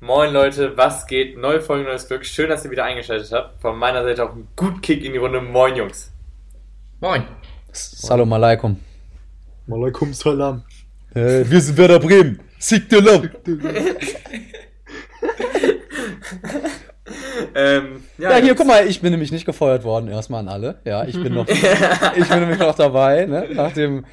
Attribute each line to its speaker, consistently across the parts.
Speaker 1: Moin Leute, was geht? Neue Folge, neues Glück. Schön, dass ihr wieder eingeschaltet habt. Von meiner Seite auch ein gut Kick in die Runde. Moin Jungs.
Speaker 2: Moin.
Speaker 3: Salam alaikum.
Speaker 4: Malaikum Salam.
Speaker 3: Hey, Äh, wir sind Werder Bremen. Sieg der Lamm.
Speaker 1: Ähm,
Speaker 3: Ja, hier,
Speaker 1: Jungs.
Speaker 3: guck mal, ich bin nämlich nicht gefeuert worden, erstmal an alle. Ja, ich bin noch, ich bin nämlich noch dabei, ne? Nach dem,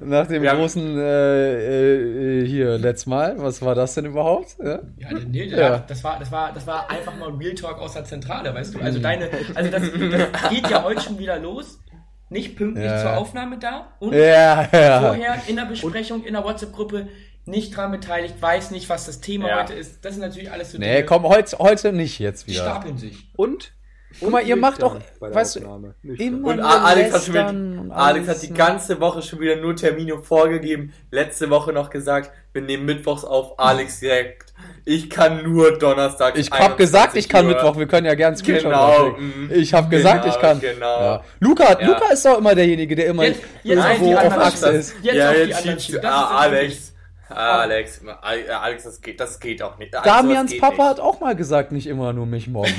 Speaker 3: nach dem
Speaker 1: Wir haben-
Speaker 3: großen, äh, äh, hier, letztes Mal. Was war das denn überhaupt? Ja?
Speaker 2: Ja, nee,
Speaker 3: Ja.
Speaker 2: Das, war, das, war, das war einfach mal Real Talk aus der Zentrale, weißt du? Also
Speaker 3: Mhm.
Speaker 2: deine, also das, das geht ja heute schon wieder los. Nicht pünktlich
Speaker 3: Ja.
Speaker 2: zur Aufnahme da und
Speaker 3: Ja, ja.
Speaker 2: vorher in der Besprechung, in der WhatsApp-Gruppe nicht dran beteiligt, weiß nicht, was das Thema
Speaker 1: Ja.
Speaker 2: heute ist. Das sind natürlich alles so
Speaker 3: Nee,
Speaker 2: Dinge,
Speaker 3: komm, heute, heute nicht jetzt
Speaker 2: die
Speaker 3: wieder. Oh.
Speaker 2: stapeln sich.
Speaker 4: Und?
Speaker 3: Guck mal, ihr macht doch, weißt du,
Speaker 4: du,
Speaker 3: immer-
Speaker 1: Und A- Alex hat, schon
Speaker 3: Lästern und
Speaker 1: wieder, Alex
Speaker 3: alles,
Speaker 1: hat die
Speaker 3: ne?
Speaker 1: ganze Woche schon wieder nur Termine vorgegeben. Letzte Woche noch gesagt, wir nehmen Mittwochs auf. Alex direkt. Ich kann nur Donnerstag.
Speaker 3: Ich hab gesagt, ich
Speaker 1: 21
Speaker 3: kann
Speaker 1: Uhr.
Speaker 3: Mittwoch, wir können ja gerne einen Screenshot
Speaker 1: Genau,
Speaker 3: machen.
Speaker 1: mhm.
Speaker 3: Ich hab gesagt,
Speaker 1: Genau,
Speaker 3: ich kann.
Speaker 1: genau.
Speaker 3: Ja. Luca,
Speaker 1: Ja.
Speaker 3: Luca ist doch immer derjenige, der immer
Speaker 2: Jetzt- jetzt auf die
Speaker 3: irgendwo auf
Speaker 2: anderen
Speaker 3: Achse
Speaker 2: Seite.
Speaker 3: ist.
Speaker 2: Jetzt
Speaker 1: ja,
Speaker 2: auf die
Speaker 1: jetzt
Speaker 2: anderen
Speaker 1: schiebst
Speaker 2: schieben.
Speaker 1: du.
Speaker 2: Das ist
Speaker 1: Ah,
Speaker 2: natürlich-
Speaker 1: Alex. Ah, Alex, Al- Alex, das geht, das geht auch nicht. Alex, sowas
Speaker 3: Damians
Speaker 1: geht
Speaker 3: Papa
Speaker 1: nicht.
Speaker 3: hat auch mal gesagt, nicht immer nur mich morgen.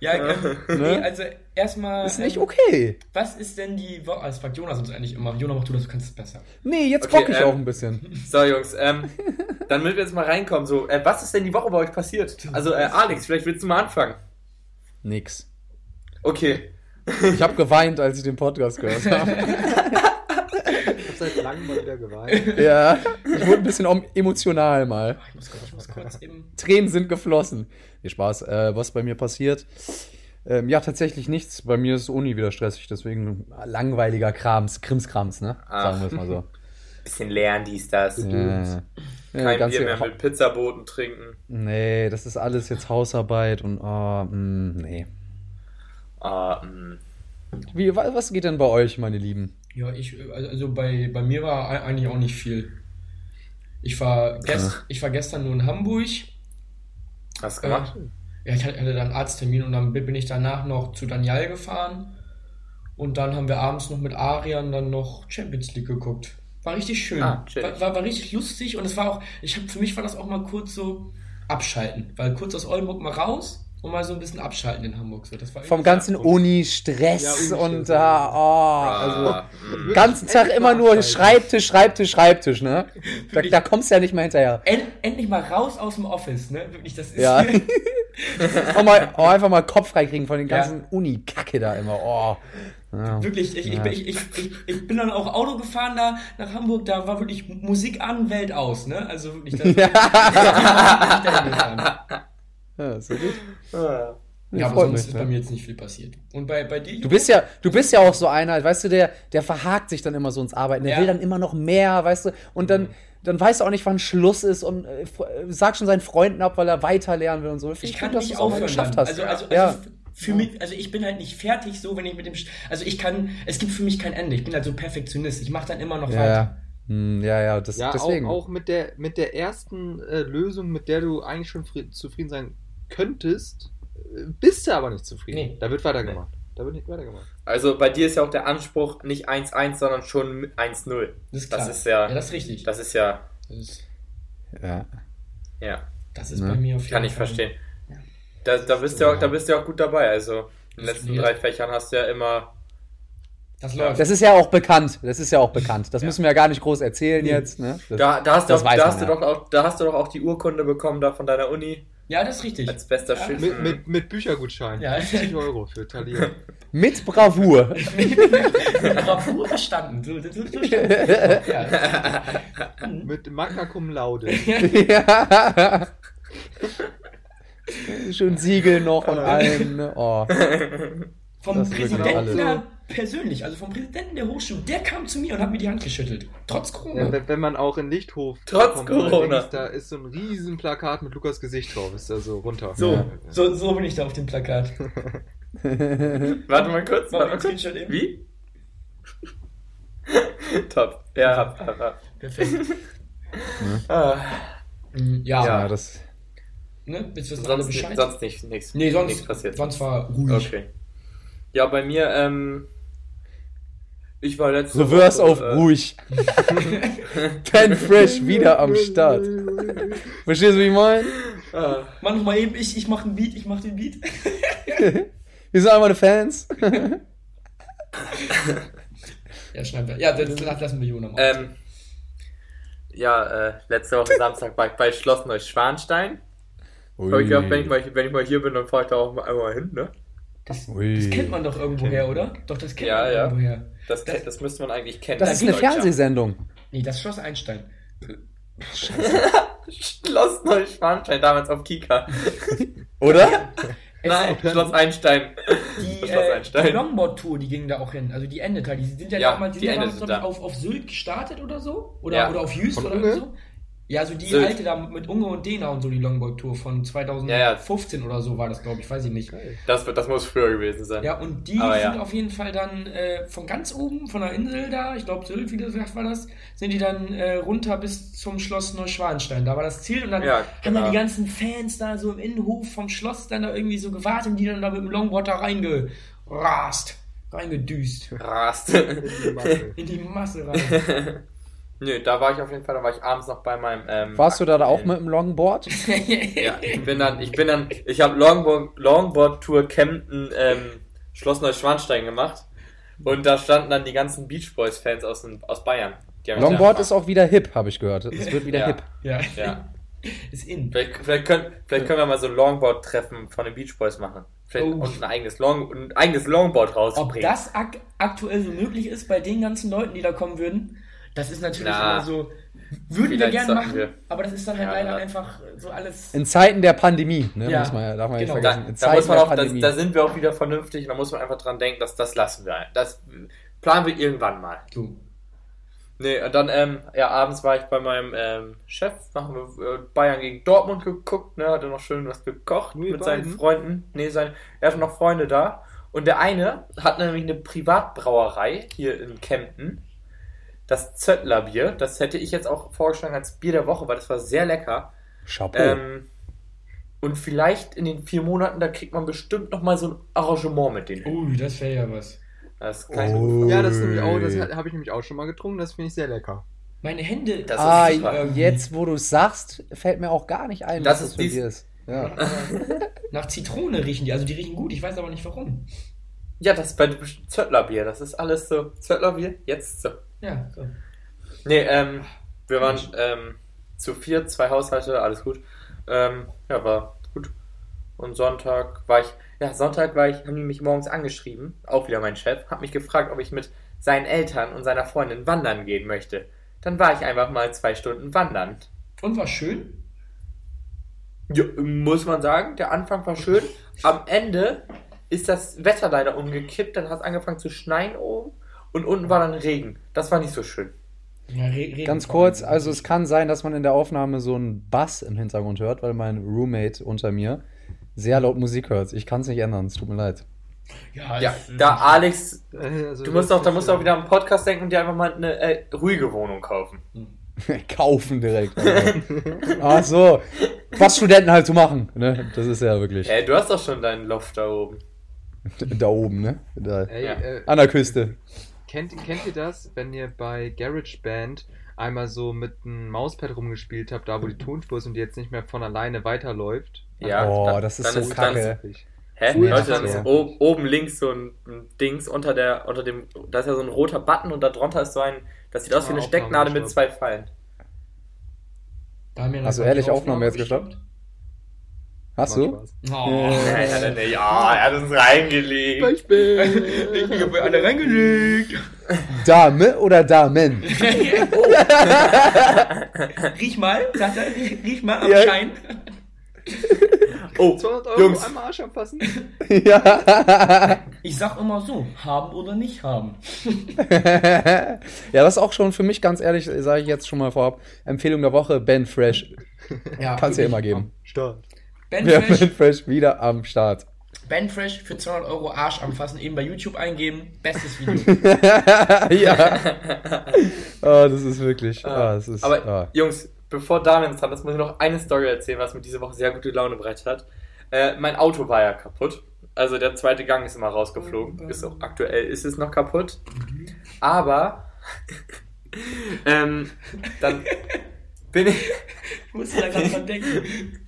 Speaker 2: Ja, ähm, nee, also erstmal.
Speaker 3: Ne? Ist nicht
Speaker 2: ähm,
Speaker 3: okay.
Speaker 2: Was ist denn die Woche? Das fragt Jonas uns eigentlich immer. Jonas, mach du das, du kannst es besser.
Speaker 3: Nee, jetzt
Speaker 1: Okay,
Speaker 3: bock ich
Speaker 1: ähm,
Speaker 3: auch ein bisschen.
Speaker 1: So, Jungs, ähm, dann müssen wir jetzt mal reinkommen. So, äh, was ist denn die Woche bei euch passiert? Also, äh, Alex, vielleicht willst du mal anfangen.
Speaker 3: Nix.
Speaker 1: Okay.
Speaker 3: Ich habe geweint, als ich den Podcast gehört habe.
Speaker 4: Ich hab seit langem mal wieder geweint.
Speaker 3: ja, ich wurde ein bisschen om- emotional mal.
Speaker 2: Ich muss kurz, ich muss kurz eben.
Speaker 3: Tränen sind geflossen. Nee, Spaß. Äh, was bei mir passiert? Ähm, ja, tatsächlich nichts. Bei mir ist Uni wieder stressig, deswegen langweiliger Krams, Krimskrams, ne?
Speaker 1: Ah.
Speaker 3: Sagen wir es mal so.
Speaker 1: Bisschen lernen, dies, das.
Speaker 3: Ja, ja. Ja,
Speaker 1: Kein
Speaker 3: ganz genau.
Speaker 1: Bier mehr
Speaker 3: viel-
Speaker 1: mit Pizzaboten trinken.
Speaker 3: Nee, das ist alles jetzt Hausarbeit und oh, mh, nee.
Speaker 1: Ah, mh.
Speaker 3: Wie, wa- was geht denn bei euch, meine Lieben?
Speaker 2: Ja, ich, äh, also bei, bei mir war ei- eigentlich auch nicht viel. Ich war, gest, ich war gestern nur in Hamburg.
Speaker 1: hast du
Speaker 2: Äh,
Speaker 1: gemacht?
Speaker 2: ja, ich hatte hatte dann einen Arzttermin und dann bin ich danach noch zu Daniel gefahren. Und dann haben wir abends noch mit Arian dann noch Champions League geguckt. War richtig schön.
Speaker 1: Ah, chillig.
Speaker 2: war, war, war richtig lustig und es war auch, ich hab, für mich war das auch mal kurz so abschalten. Weil kurz aus Oldenburg mal raus und mal so ein bisschen abschalten in Hamburg. So, das war
Speaker 3: Vom
Speaker 2: irgendwie-
Speaker 3: ganzen Uni-Stress
Speaker 4: Ja, Uni-Stress,
Speaker 3: und da, oh, also.
Speaker 1: Ah, mh.
Speaker 3: ganzen Tag
Speaker 4: Endlich
Speaker 3: immer
Speaker 4: mal
Speaker 3: nur
Speaker 4: abschalten.
Speaker 3: Schreibtisch, Schreibtisch, Schreibtisch, ne? Da, da kommst du ja nicht mehr hinterher.
Speaker 2: End, endlich mal raus aus dem Office, ne? Wirklich, das ist.
Speaker 3: Ja. auch, mal, auch einfach mal Kopf freikriegen von den
Speaker 2: Ja.
Speaker 3: ganzen Uni-Kacke da immer. Oh. Ja.
Speaker 2: Wirklich, ich, ich, bin- ich, ich, ich, ich bin dann auch Auto gefahren da nach Hamburg, da war wirklich Musik an, Welt aus, ne? Also wirklich, das,
Speaker 3: Ja.
Speaker 2: das bin ich dahin gefahren.
Speaker 3: Ja, so gut.
Speaker 1: Ah.
Speaker 2: Ja, aber
Speaker 3: freut
Speaker 2: sonst
Speaker 3: mich,
Speaker 2: ist
Speaker 3: ne?
Speaker 2: bei mir jetzt nicht viel passiert. Und bei, bei dir?
Speaker 3: Du bist ja, du bist ja auch so einer, weißt du, der, der verhakt sich dann immer so ins Arbeiten, der
Speaker 2: Ja. Mhm.
Speaker 3: will dann immer noch mehr, weißt du, und dann, dann weißt du auch nicht, wann Schluss ist und äh, fr- äh, sagt schon seinen Freunden ab, weil er weiter lernen will und so.
Speaker 2: ich
Speaker 3: gut,
Speaker 2: kann
Speaker 3: dass
Speaker 2: nicht
Speaker 3: du's auch mal
Speaker 2: aufhören.
Speaker 3: geschafft
Speaker 2: dann.
Speaker 3: hast.
Speaker 2: Also, also, also
Speaker 3: ja.
Speaker 2: für mich, also ich bin halt nicht fertig so, wenn ich mit dem. Sch- Also ich kann, es gibt für mich kein Ende. Ich bin halt so Perfektionist. Ich mache dann immer noch
Speaker 3: ja,
Speaker 2: weiter.
Speaker 3: ja. Hm, ja, ja, das,
Speaker 4: Ja,
Speaker 3: deswegen.
Speaker 4: auch, auch mit, der, mit der ersten äh, Lösung, mit der du eigentlich schon fri- zufrieden sein könntest, äh, bist du aber nicht zufrieden.
Speaker 2: Nee.
Speaker 4: Da wird weitergemacht. Da wird nicht weitergemacht.
Speaker 1: Also, bei dir ist ja auch der Anspruch nicht 1-1, sondern schon 1-0.
Speaker 2: Das ist
Speaker 1: Das
Speaker 2: klar.
Speaker 1: ist ja-
Speaker 2: das ist richtig.
Speaker 1: Das ist ja,
Speaker 2: Das ist,
Speaker 3: ja.
Speaker 1: ja,
Speaker 2: das ist
Speaker 3: Ne?
Speaker 2: bei mir auf jeden
Speaker 1: kann ich
Speaker 2: Fall.
Speaker 1: verstehen. Da, da, bist du ja, auch- da bist du ja auch gut dabei. Also, in den letzten drei Fächern hast du ja immer.
Speaker 2: Das läuft.
Speaker 3: Das ist ja auch bekannt. Das ist ja auch bekannt. Das müssen wir ja gar nicht groß erzählen jetzt. Ne? Das,
Speaker 1: Da, da, hast, du
Speaker 3: Das
Speaker 1: auch,
Speaker 3: weiß
Speaker 1: da,
Speaker 3: man
Speaker 1: hast
Speaker 3: ja.
Speaker 1: du doch auch, da hast du doch auch die Urkunde bekommen da von deiner Uni
Speaker 2: ja, das ist richtig.
Speaker 1: als bester
Speaker 2: Ja.
Speaker 1: Schüler.
Speaker 4: Mit, mit, mit Büchergutschein.
Speaker 2: Ja.
Speaker 4: 50 Euro für Thalia.
Speaker 3: Mit Bravour.
Speaker 2: Bravour verstanden. So, so, so, so stand es. ja.
Speaker 4: mit Magna Cum Laude.
Speaker 3: ja. Schön Siegel noch und allem. Ne? Oh.
Speaker 2: Vom
Speaker 3: Das ist wirklich
Speaker 2: Präsidenten
Speaker 3: alles.
Speaker 2: der- persönlich, also vom Präsidenten der Hochschule, der kam zu mir und hat mir die Hand geschüttelt. Trotz
Speaker 4: Ja,
Speaker 2: Corona.
Speaker 4: wenn, wenn man auch in Lichthof
Speaker 1: Trotz
Speaker 4: kommt, oder
Speaker 1: Corona.
Speaker 4: links, Da ist so ein riesen Plakat mit Lukas Gesicht drauf. Ist da so runter.
Speaker 2: So,
Speaker 3: Ja.
Speaker 2: so, so bin ich da auf dem Plakat.
Speaker 1: Warte mal kurz.
Speaker 2: War
Speaker 1: Warte mal
Speaker 2: ein
Speaker 1: kurz.
Speaker 2: Screenshot eben.
Speaker 1: Wie? Top. Ja, hab, hab, hab.
Speaker 2: Perfekt.
Speaker 1: Ah,
Speaker 2: Mm, ja,
Speaker 3: Ja, das.
Speaker 2: ne? Jetzt wissen alle
Speaker 1: Also sonst,
Speaker 2: Bescheid.
Speaker 1: nicht, sonst nicht, nichts.
Speaker 2: nee, sonst,
Speaker 1: nichts passiert.
Speaker 2: sonst war ruhig.
Speaker 1: Okay. Ja, bei mir, ähm, Ich war letzte
Speaker 3: Reverse
Speaker 1: Woche, äh,
Speaker 3: auf ruhig. Ten Fresh wieder am Start. Verstehst du, wie ich meine?
Speaker 1: Äh, ah,
Speaker 2: Manchmal eben, ich, ich mache ein Beat, ich mache den Beat.
Speaker 3: Wir sind einmal Fans.
Speaker 2: Ja, schneiden wir. Ja, das, das lassen wir Jona mal.
Speaker 1: ähm, ja, äh, letzte Woche Samstag war ich bei Schloss Neuschwanstein. Hab ich gedacht, wenn ich, mal, wenn ich mal hier bin, dann fahre ich da auch mal einmal hin, ne?
Speaker 2: das,
Speaker 3: Ui.
Speaker 2: das kennt man doch irgendwoher, oder? Doch, das kennt
Speaker 1: Ja,
Speaker 2: man
Speaker 1: ja.
Speaker 2: irgendwoher.
Speaker 1: Das, das, müsste man eigentlich kennen.
Speaker 3: das
Speaker 1: als
Speaker 3: ist eine
Speaker 1: Deutscher.
Speaker 3: Fernsehsendung.
Speaker 2: Nee, das ist Schloss Einstein.
Speaker 1: Schloss Neuschwanstein, damals auf Kika.
Speaker 3: Oder?
Speaker 1: Nein, Schloss Einstein.
Speaker 2: Die,
Speaker 1: Schloss
Speaker 2: äh, die
Speaker 1: Einstein.
Speaker 2: Longboard-Tour, die ging da auch hin. Also die endet halt. Die sind ja,
Speaker 1: Ja,
Speaker 2: damals, die
Speaker 1: die
Speaker 2: sind damals
Speaker 1: endete
Speaker 2: glaub ich,
Speaker 1: da.
Speaker 2: auf, auf Sylt gestartet oder so. Oder,
Speaker 1: Ja.
Speaker 2: oder auf Jüst
Speaker 4: Von
Speaker 2: oder
Speaker 4: Unge?
Speaker 2: irgendwie so. Ja, so die
Speaker 1: Sylt.
Speaker 2: alte da mit Unge und Dena und so, die Longboard-Tour von 2015 oder so war das, glaube ich. Weiß ich nicht.
Speaker 1: Das, wird- das muss früher gewesen sein.
Speaker 2: Ja, und die
Speaker 1: Aber ja.
Speaker 2: sind auf jeden Fall dann äh, von ganz oben, von der Insel da, ich glaube Sylt, wie gesagt, war das, sind die dann äh, runter bis zum Schloss Neuschwanstein. Da war das Ziel und dann
Speaker 1: Ja,
Speaker 2: haben
Speaker 1: genau.
Speaker 2: dann die ganzen Fans da so im Innenhof vom Schloss dann da irgendwie so gewartet und die dann da mit dem Longboard da reingerast, reingedüst,
Speaker 1: Rast.
Speaker 2: in die Masse rein.
Speaker 1: Nö, da war ich auf jeden Fall, da war ich abends noch bei meinem. Ähm,
Speaker 3: Warst du da, da auch mit dem Longboard?
Speaker 1: Ja, ich bin dann, ich bin dann, ich habe Longboard, Longboard Tour Kempten ähm, Schloss Neuschwanstein gemacht und da standen dann die ganzen Beach Boys Fans aus, dem- aus Bayern. Die haben mich
Speaker 3: Longboard
Speaker 1: da
Speaker 3: ist auch wieder hip, habe ich gehört. Es wird wieder
Speaker 1: Ja.
Speaker 3: hip.
Speaker 2: ja.
Speaker 1: Ja.
Speaker 2: ist in.
Speaker 1: Vielleicht, vielleicht, können, vielleicht können wir mal so ein Longboard-Treffen von den Beach Boys machen. Vielleicht
Speaker 2: Oh.
Speaker 1: und ein eigenes, Long, ein eigenes Longboard
Speaker 2: Ob
Speaker 1: rausbringen.
Speaker 2: das ak aktuell so möglich ist bei den ganzen Leuten, die da kommen würden, das ist natürlich
Speaker 1: Na,
Speaker 2: immer so. Würden wir
Speaker 1: vielleicht
Speaker 2: gern
Speaker 1: sollten
Speaker 2: machen,
Speaker 1: wir-
Speaker 2: aber das ist dann halt
Speaker 1: Ja,
Speaker 2: leider
Speaker 1: ja.
Speaker 2: einfach so alles.
Speaker 3: In Zeiten der Pandemie, ne?
Speaker 2: Ja.
Speaker 3: Muss man, ja- darf man
Speaker 2: Genau.
Speaker 3: nicht
Speaker 1: da,
Speaker 3: vergessen.
Speaker 1: da,
Speaker 3: In Zeiten
Speaker 1: muss man
Speaker 3: der
Speaker 1: auch, da,
Speaker 3: Pandemie.
Speaker 1: da sind wir auch wieder vernünftig und da muss man einfach dran denken, dass das lassen wir. Das planen wir irgendwann mal.
Speaker 2: So.
Speaker 1: Nee, und dann, ähm, ja, abends war ich bei meinem ähm, Chef, haben wir äh, Bayern gegen Dortmund geguckt, ne, hat er noch schön was gekocht
Speaker 4: Nur ihr
Speaker 1: mit seinen
Speaker 4: beiden?
Speaker 1: Freunden. Nee, sein, er hatte noch Freunde da. Und der eine hat nämlich eine Privatbrauerei hier in Kempten. Das Zöttlerbier, das hätte ich jetzt auch vorgeschlagen als Bier der Woche, weil das war sehr lecker.
Speaker 3: Chapeau.
Speaker 1: Ähm, und vielleicht in den vier Monaten, da kriegt man bestimmt nochmal so ein Arrangement mit denen.
Speaker 2: Ui, Oh, das wäre ja was.
Speaker 1: Das kann ich mir gut
Speaker 3: Oh.
Speaker 1: vorstellen.
Speaker 4: Ja, das, ist nämlich auch- das habe ich nämlich auch schon mal getrunken. Das finde ich sehr lecker.
Speaker 2: Meine Hände. ähm,
Speaker 1: Das-
Speaker 3: ah,
Speaker 1: ist super.
Speaker 3: jetzt, wo du es sagst, fällt mir auch gar nicht ein,
Speaker 1: Das
Speaker 3: was
Speaker 1: ist
Speaker 3: das für
Speaker 1: dies-
Speaker 3: dir ist. Ja.
Speaker 2: nach Zitrone riechen die, also die riechen gut, ich weiß aber nicht warum.
Speaker 1: Ja, das ist bei dem Zöttlerbier. Das ist alles so. Zöttlerbier, jetzt so.
Speaker 2: Ja, so.
Speaker 1: Nee, ähm, wir waren ähm, zu vier, zwei Haushalte, alles gut. Ähm, ja, war gut. Und Sonntag war ich. Ja, Sonntag war ich, haben die mich morgens angeschrieben, auch wieder mein Chef, hat mich gefragt, ob ich mit seinen Eltern und seiner Freundin wandern gehen möchte. Dann war ich einfach mal zwei Stunden wandern.
Speaker 2: Und war schön.
Speaker 1: Ja, muss man sagen, der Anfang war schön. Am Ende ist das Wetter leider umgekippt, dann hat es angefangen zu schneien oben und unten war dann Regen. Das war nicht so schön.
Speaker 2: Ja, re reden
Speaker 3: Ganz
Speaker 2: vor
Speaker 3: kurz,
Speaker 2: allem.
Speaker 3: also es kann sein, dass man in der Aufnahme so einen Bass im Hintergrund hört, weil mein Roommate unter mir sehr laut Musik hört. Ich kann es nicht ändern, es tut mir leid.
Speaker 2: Ja,
Speaker 3: Also
Speaker 1: Ja,
Speaker 2: es-
Speaker 1: da Alex,
Speaker 4: Also
Speaker 1: du
Speaker 4: das-
Speaker 1: musst doch, da
Speaker 4: das-
Speaker 1: musst du auch wieder am Podcast denken und dir einfach mal eine äh, ruhige Wohnung kaufen.
Speaker 3: Kaufen direkt. Also. Ach so, was Studenten halt zu machen. Ne? Das ist ja wirklich
Speaker 1: Äh, du hast doch schon deinen Loft da oben.
Speaker 3: da oben, ne? Da,
Speaker 4: Ey,
Speaker 1: Ja.
Speaker 4: äh,
Speaker 3: an der Küste.
Speaker 4: kennt, kennt ihr das, wenn ihr bei GarageBand einmal so mit einem Mauspad rumgespielt habt, da wo die Tonspur ist und die jetzt nicht mehr von alleine weiterläuft?
Speaker 1: Ja,
Speaker 3: oh,
Speaker 1: da-
Speaker 3: das ist
Speaker 1: dann
Speaker 3: so
Speaker 1: ist- dann
Speaker 3: kacke.
Speaker 1: Hä?
Speaker 3: Cool,
Speaker 1: Leute,
Speaker 3: das
Speaker 1: dann
Speaker 3: ist
Speaker 1: ist
Speaker 3: so.
Speaker 1: o- oben links so ein ein Dings unter der, unter dem, da ist ja so ein roter Button und darunter ist so ein, das sieht aus wie eine
Speaker 4: Ah,
Speaker 1: Stecknadel mit zwei
Speaker 4: Aufnahme,
Speaker 1: Pfeilen.
Speaker 2: Da haben wir
Speaker 3: Hast du
Speaker 2: Also noch
Speaker 3: ehrlich
Speaker 2: die
Speaker 3: Aufnahme jetzt gestoppt? Hast du?
Speaker 2: Oh.
Speaker 1: Ja, ja, ja, ja, er hat uns reingelegt.
Speaker 4: Beispiel.
Speaker 2: Ich hab alle reingelegt.
Speaker 3: Dame oder Damen?
Speaker 2: Riech mal, sagt er. Riech mal am
Speaker 3: Ja.
Speaker 2: Schein.
Speaker 1: Oh,
Speaker 4: 200 Euro
Speaker 1: Jungs,
Speaker 4: einmal Arsch anfassen.
Speaker 3: ja.
Speaker 2: Ich sag immer so, haben oder nicht haben.
Speaker 3: ja, das ist auch schon für mich, ganz ehrlich, sage ich jetzt schon mal vorab, Empfehlung der Woche, Ben Fresh.
Speaker 2: Ja,
Speaker 3: Kannst ja immer geben.
Speaker 4: Start.
Speaker 2: Ben
Speaker 3: Wir haben
Speaker 2: Fresh,
Speaker 3: Ben Fresh wieder am Start.
Speaker 2: Ben Fresh für 200 Euro Arsch anfassen, eben bei YouTube eingeben. Bestes Video.
Speaker 3: ja. Ah, das ist wirklich. ah, das ist,
Speaker 1: aber
Speaker 3: ah.
Speaker 1: Jungs, bevor Damian es hat, das muss ich noch eine Story erzählen, was mir diese Woche sehr gute Laune bereitet hat. Äh, mein Auto war ja kaputt. Also der zweite Gang ist immer
Speaker 4: Oh,
Speaker 1: rausgeflogen. Ist auch, aktuell ist es noch kaputt.
Speaker 4: Mhm.
Speaker 1: Aber ähm, dann bin ich,
Speaker 2: Ich musste da gerade dran denken.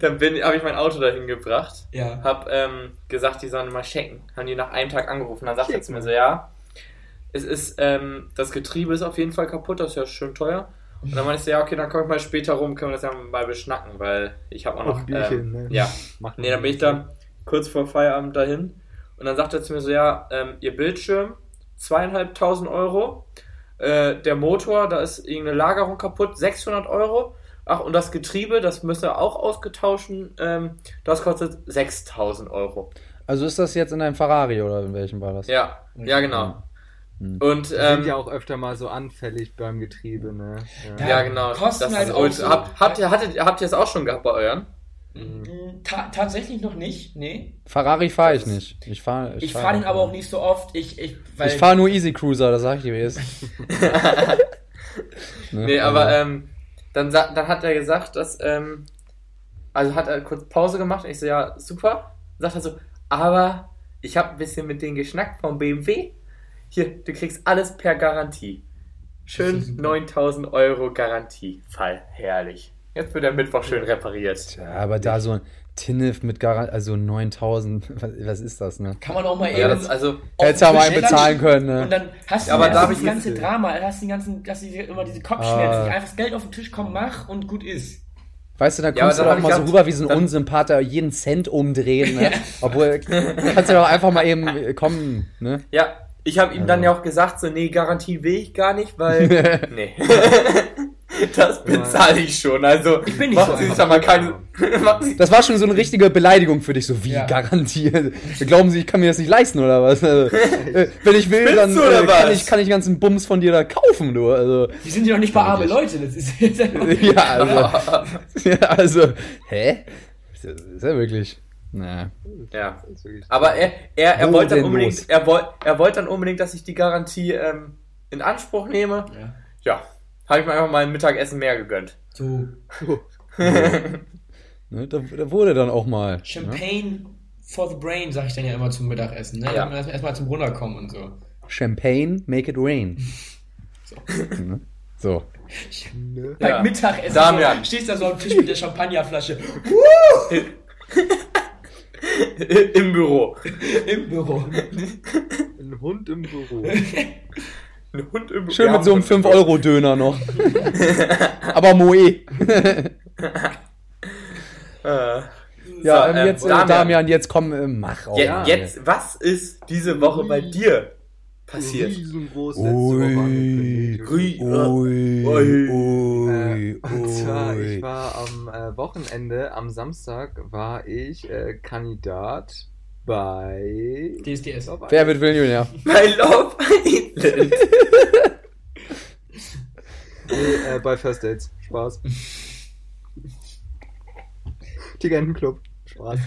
Speaker 1: dann bin, habe ich mein Auto dahin gebracht.
Speaker 2: Ja.
Speaker 1: Hab ähm, gesagt, die sollen mal checken. Haben die nach einem Tag angerufen. Dann sagt er zu mir so, ja, es ist, ähm, das Getriebe ist auf jeden Fall kaputt, das ist ja schön teuer. Und dann meinte ich so, ja, okay, dann komm ich mal später rum, können wir das ja mal beschnacken, weil ich habe auch
Speaker 4: Auf
Speaker 1: noch...
Speaker 4: ein Bierchen,
Speaker 1: ähm,
Speaker 4: ne?
Speaker 1: Ja,
Speaker 4: Macht
Speaker 1: nee, dann bin ich da kurz vor Feierabend dahin. Und dann sagt er zu mir so, ja, ähm, ihr Bildschirm, zweieinhalbtausend Euro. Äh, der Motor, da ist irgendeine Lagerung kaputt, 600 Euro. Ach, und das Getriebe, das müsst ihr auch ausgetauschen. Ähm, das kostet 6000 Euro.
Speaker 3: Also ist das jetzt in einem Ferrari oder in welchem war das?
Speaker 1: Ja, ja, genau.
Speaker 3: Hm.
Speaker 1: Und,
Speaker 4: Die
Speaker 1: ähm,
Speaker 4: sind ja auch öfter mal so anfällig beim Getriebe, ne?
Speaker 2: Ja.
Speaker 1: ja, genau.
Speaker 2: Kosten
Speaker 1: das
Speaker 2: halt
Speaker 1: ist
Speaker 2: auch
Speaker 1: ultra-
Speaker 2: so-
Speaker 1: Hab- habt, ihr, hattet, habt ihr es auch schon gehabt bei euren?
Speaker 2: Mm, Ta tatsächlich noch nicht, nee.
Speaker 3: Ferrari fahre ich nicht. Ich fahre
Speaker 2: Ich fahre den aber auch nicht so oft. Ich, ich, weil
Speaker 3: Ich fahre nur Easy Cruiser, das sag ich dir, wie es ist. ne?
Speaker 1: Nee, aber ähm, dann, sa- dann hat er gesagt, dass, ähm, also hat er kurz Pause gemacht und ich so, ja, super. Sagt er so, aber ich habe ein bisschen mit denen geschnackt vom BMW. Hier, du kriegst alles per Garantie.
Speaker 2: Das ist
Speaker 1: Schön
Speaker 2: super.
Speaker 1: 9000 Euro Garantiefall. Herrlich. Jetzt wird der Mittwoch schön repariert.
Speaker 3: Tja, aber da so ein TINIF mit Garant, also 9000, was, was ist das, ne?
Speaker 2: kann man auch mal eben.
Speaker 1: Ja, das, also,
Speaker 2: auf
Speaker 3: Hättest ja mal einen
Speaker 2: den Tisch
Speaker 3: bezahlen können, ne?
Speaker 2: Und dann hast du
Speaker 1: Ja, aber
Speaker 2: erst
Speaker 1: da hab
Speaker 2: das
Speaker 1: ich
Speaker 2: ganze
Speaker 4: Gefühl.
Speaker 2: Drama, dann hast du den ganzen, dass du immer diese Kopfschmerzen.
Speaker 3: Ah.
Speaker 2: Einfach das Geld auf den Tisch kommen, mach und gut ist.
Speaker 3: Weißt du, dann
Speaker 1: Ja,
Speaker 3: kommst
Speaker 1: aber
Speaker 3: du
Speaker 1: dann hab
Speaker 3: doch mal
Speaker 1: ich
Speaker 3: so
Speaker 1: grad-
Speaker 3: rüber wie so ein
Speaker 1: dann-
Speaker 3: Unsympath, der jeden Cent umdreht, ne? Obwohl, kannst du doch einfach mal eben äh, kommen, ne?
Speaker 1: ja, ich habe ihm
Speaker 2: Also-
Speaker 1: dann ja auch gesagt, so, nee, Garantie will ich gar nicht, weil, nee. Das bezahle ich schon, also ich
Speaker 2: bin nicht so
Speaker 1: machen Sie sich da mal keine, machen Sie
Speaker 3: Das war schon so eine richtige Beleidigung für dich, so wie
Speaker 2: Ja.
Speaker 3: garantiert. Glauben Sie, ich kann mir das nicht leisten oder was? Also, äh, wenn ich will,
Speaker 1: Spinnst
Speaker 3: dann
Speaker 1: du oder
Speaker 3: äh, kann,
Speaker 1: was?
Speaker 3: ich, kann ich den ganzen Bums von dir da kaufen, du. Also,
Speaker 2: Die sind ja noch nicht bei arme Leute. Das ist jetzt
Speaker 3: ja, also, ja, also hä? Ist ja, ist ja wirklich. Na.
Speaker 1: Ja.
Speaker 4: Das ist wirklich-
Speaker 1: Aber er, er, er
Speaker 3: Wo
Speaker 1: wollte dann
Speaker 3: denn
Speaker 1: unbedingt,
Speaker 3: los?
Speaker 1: er, woll, er wollte dann unbedingt, dass ich die Garantie ähm, in Anspruch nehme.
Speaker 2: Ja.
Speaker 1: Ja, habe ich mir einfach mal ein Mittagessen mehr gegönnt.
Speaker 2: So,
Speaker 3: Ne, da, da wurde dann auch mal. Ne?
Speaker 2: Champagne for the brain, sag ich dann ja immer zum Mittagessen. Ne?
Speaker 1: Ja.
Speaker 2: Ja. Erstmal zum Runterkommen und so.
Speaker 3: Champagne, make it rain. Ne? So.
Speaker 4: Ne?
Speaker 1: Ja.
Speaker 2: Beim Mittagessen
Speaker 1: Damian.
Speaker 2: So, stehst da so am Tisch mit der Champagnerflasche
Speaker 1: Im Büro.
Speaker 2: im Büro.
Speaker 4: Ein Hund im Büro.
Speaker 1: Ein Hund im Büro.
Speaker 3: Schön
Speaker 1: Wir
Speaker 3: mit so
Speaker 1: haben einen
Speaker 3: einem
Speaker 1: Hund im
Speaker 3: 5-Euro-Döner noch. Aber Moe.
Speaker 1: Büro.
Speaker 3: Ja,
Speaker 1: Äh. So,
Speaker 3: ähm,
Speaker 1: ähm,
Speaker 3: jetzt, äh,
Speaker 1: Damian.
Speaker 3: Damian. jetzt komm, äh, mach auch.
Speaker 1: Je,
Speaker 4: ja.
Speaker 1: Jetzt, was ist diese Woche bei dir passiert?
Speaker 4: Riesengroß
Speaker 3: Ui.
Speaker 1: Ui.
Speaker 3: Ui,
Speaker 1: Ui.
Speaker 3: ui,
Speaker 4: Äh, Und zwar, ich
Speaker 3: ui.
Speaker 4: war am äh, Wochenende, am Samstag, war ich äh, Kandidat bei.
Speaker 2: DSDS.
Speaker 4: Love
Speaker 3: Wer wird Millionär?
Speaker 1: Bei Love Island.
Speaker 4: Island. Nee, äh, bei First Dates. Spaß. Tigerentenclub. Spaß.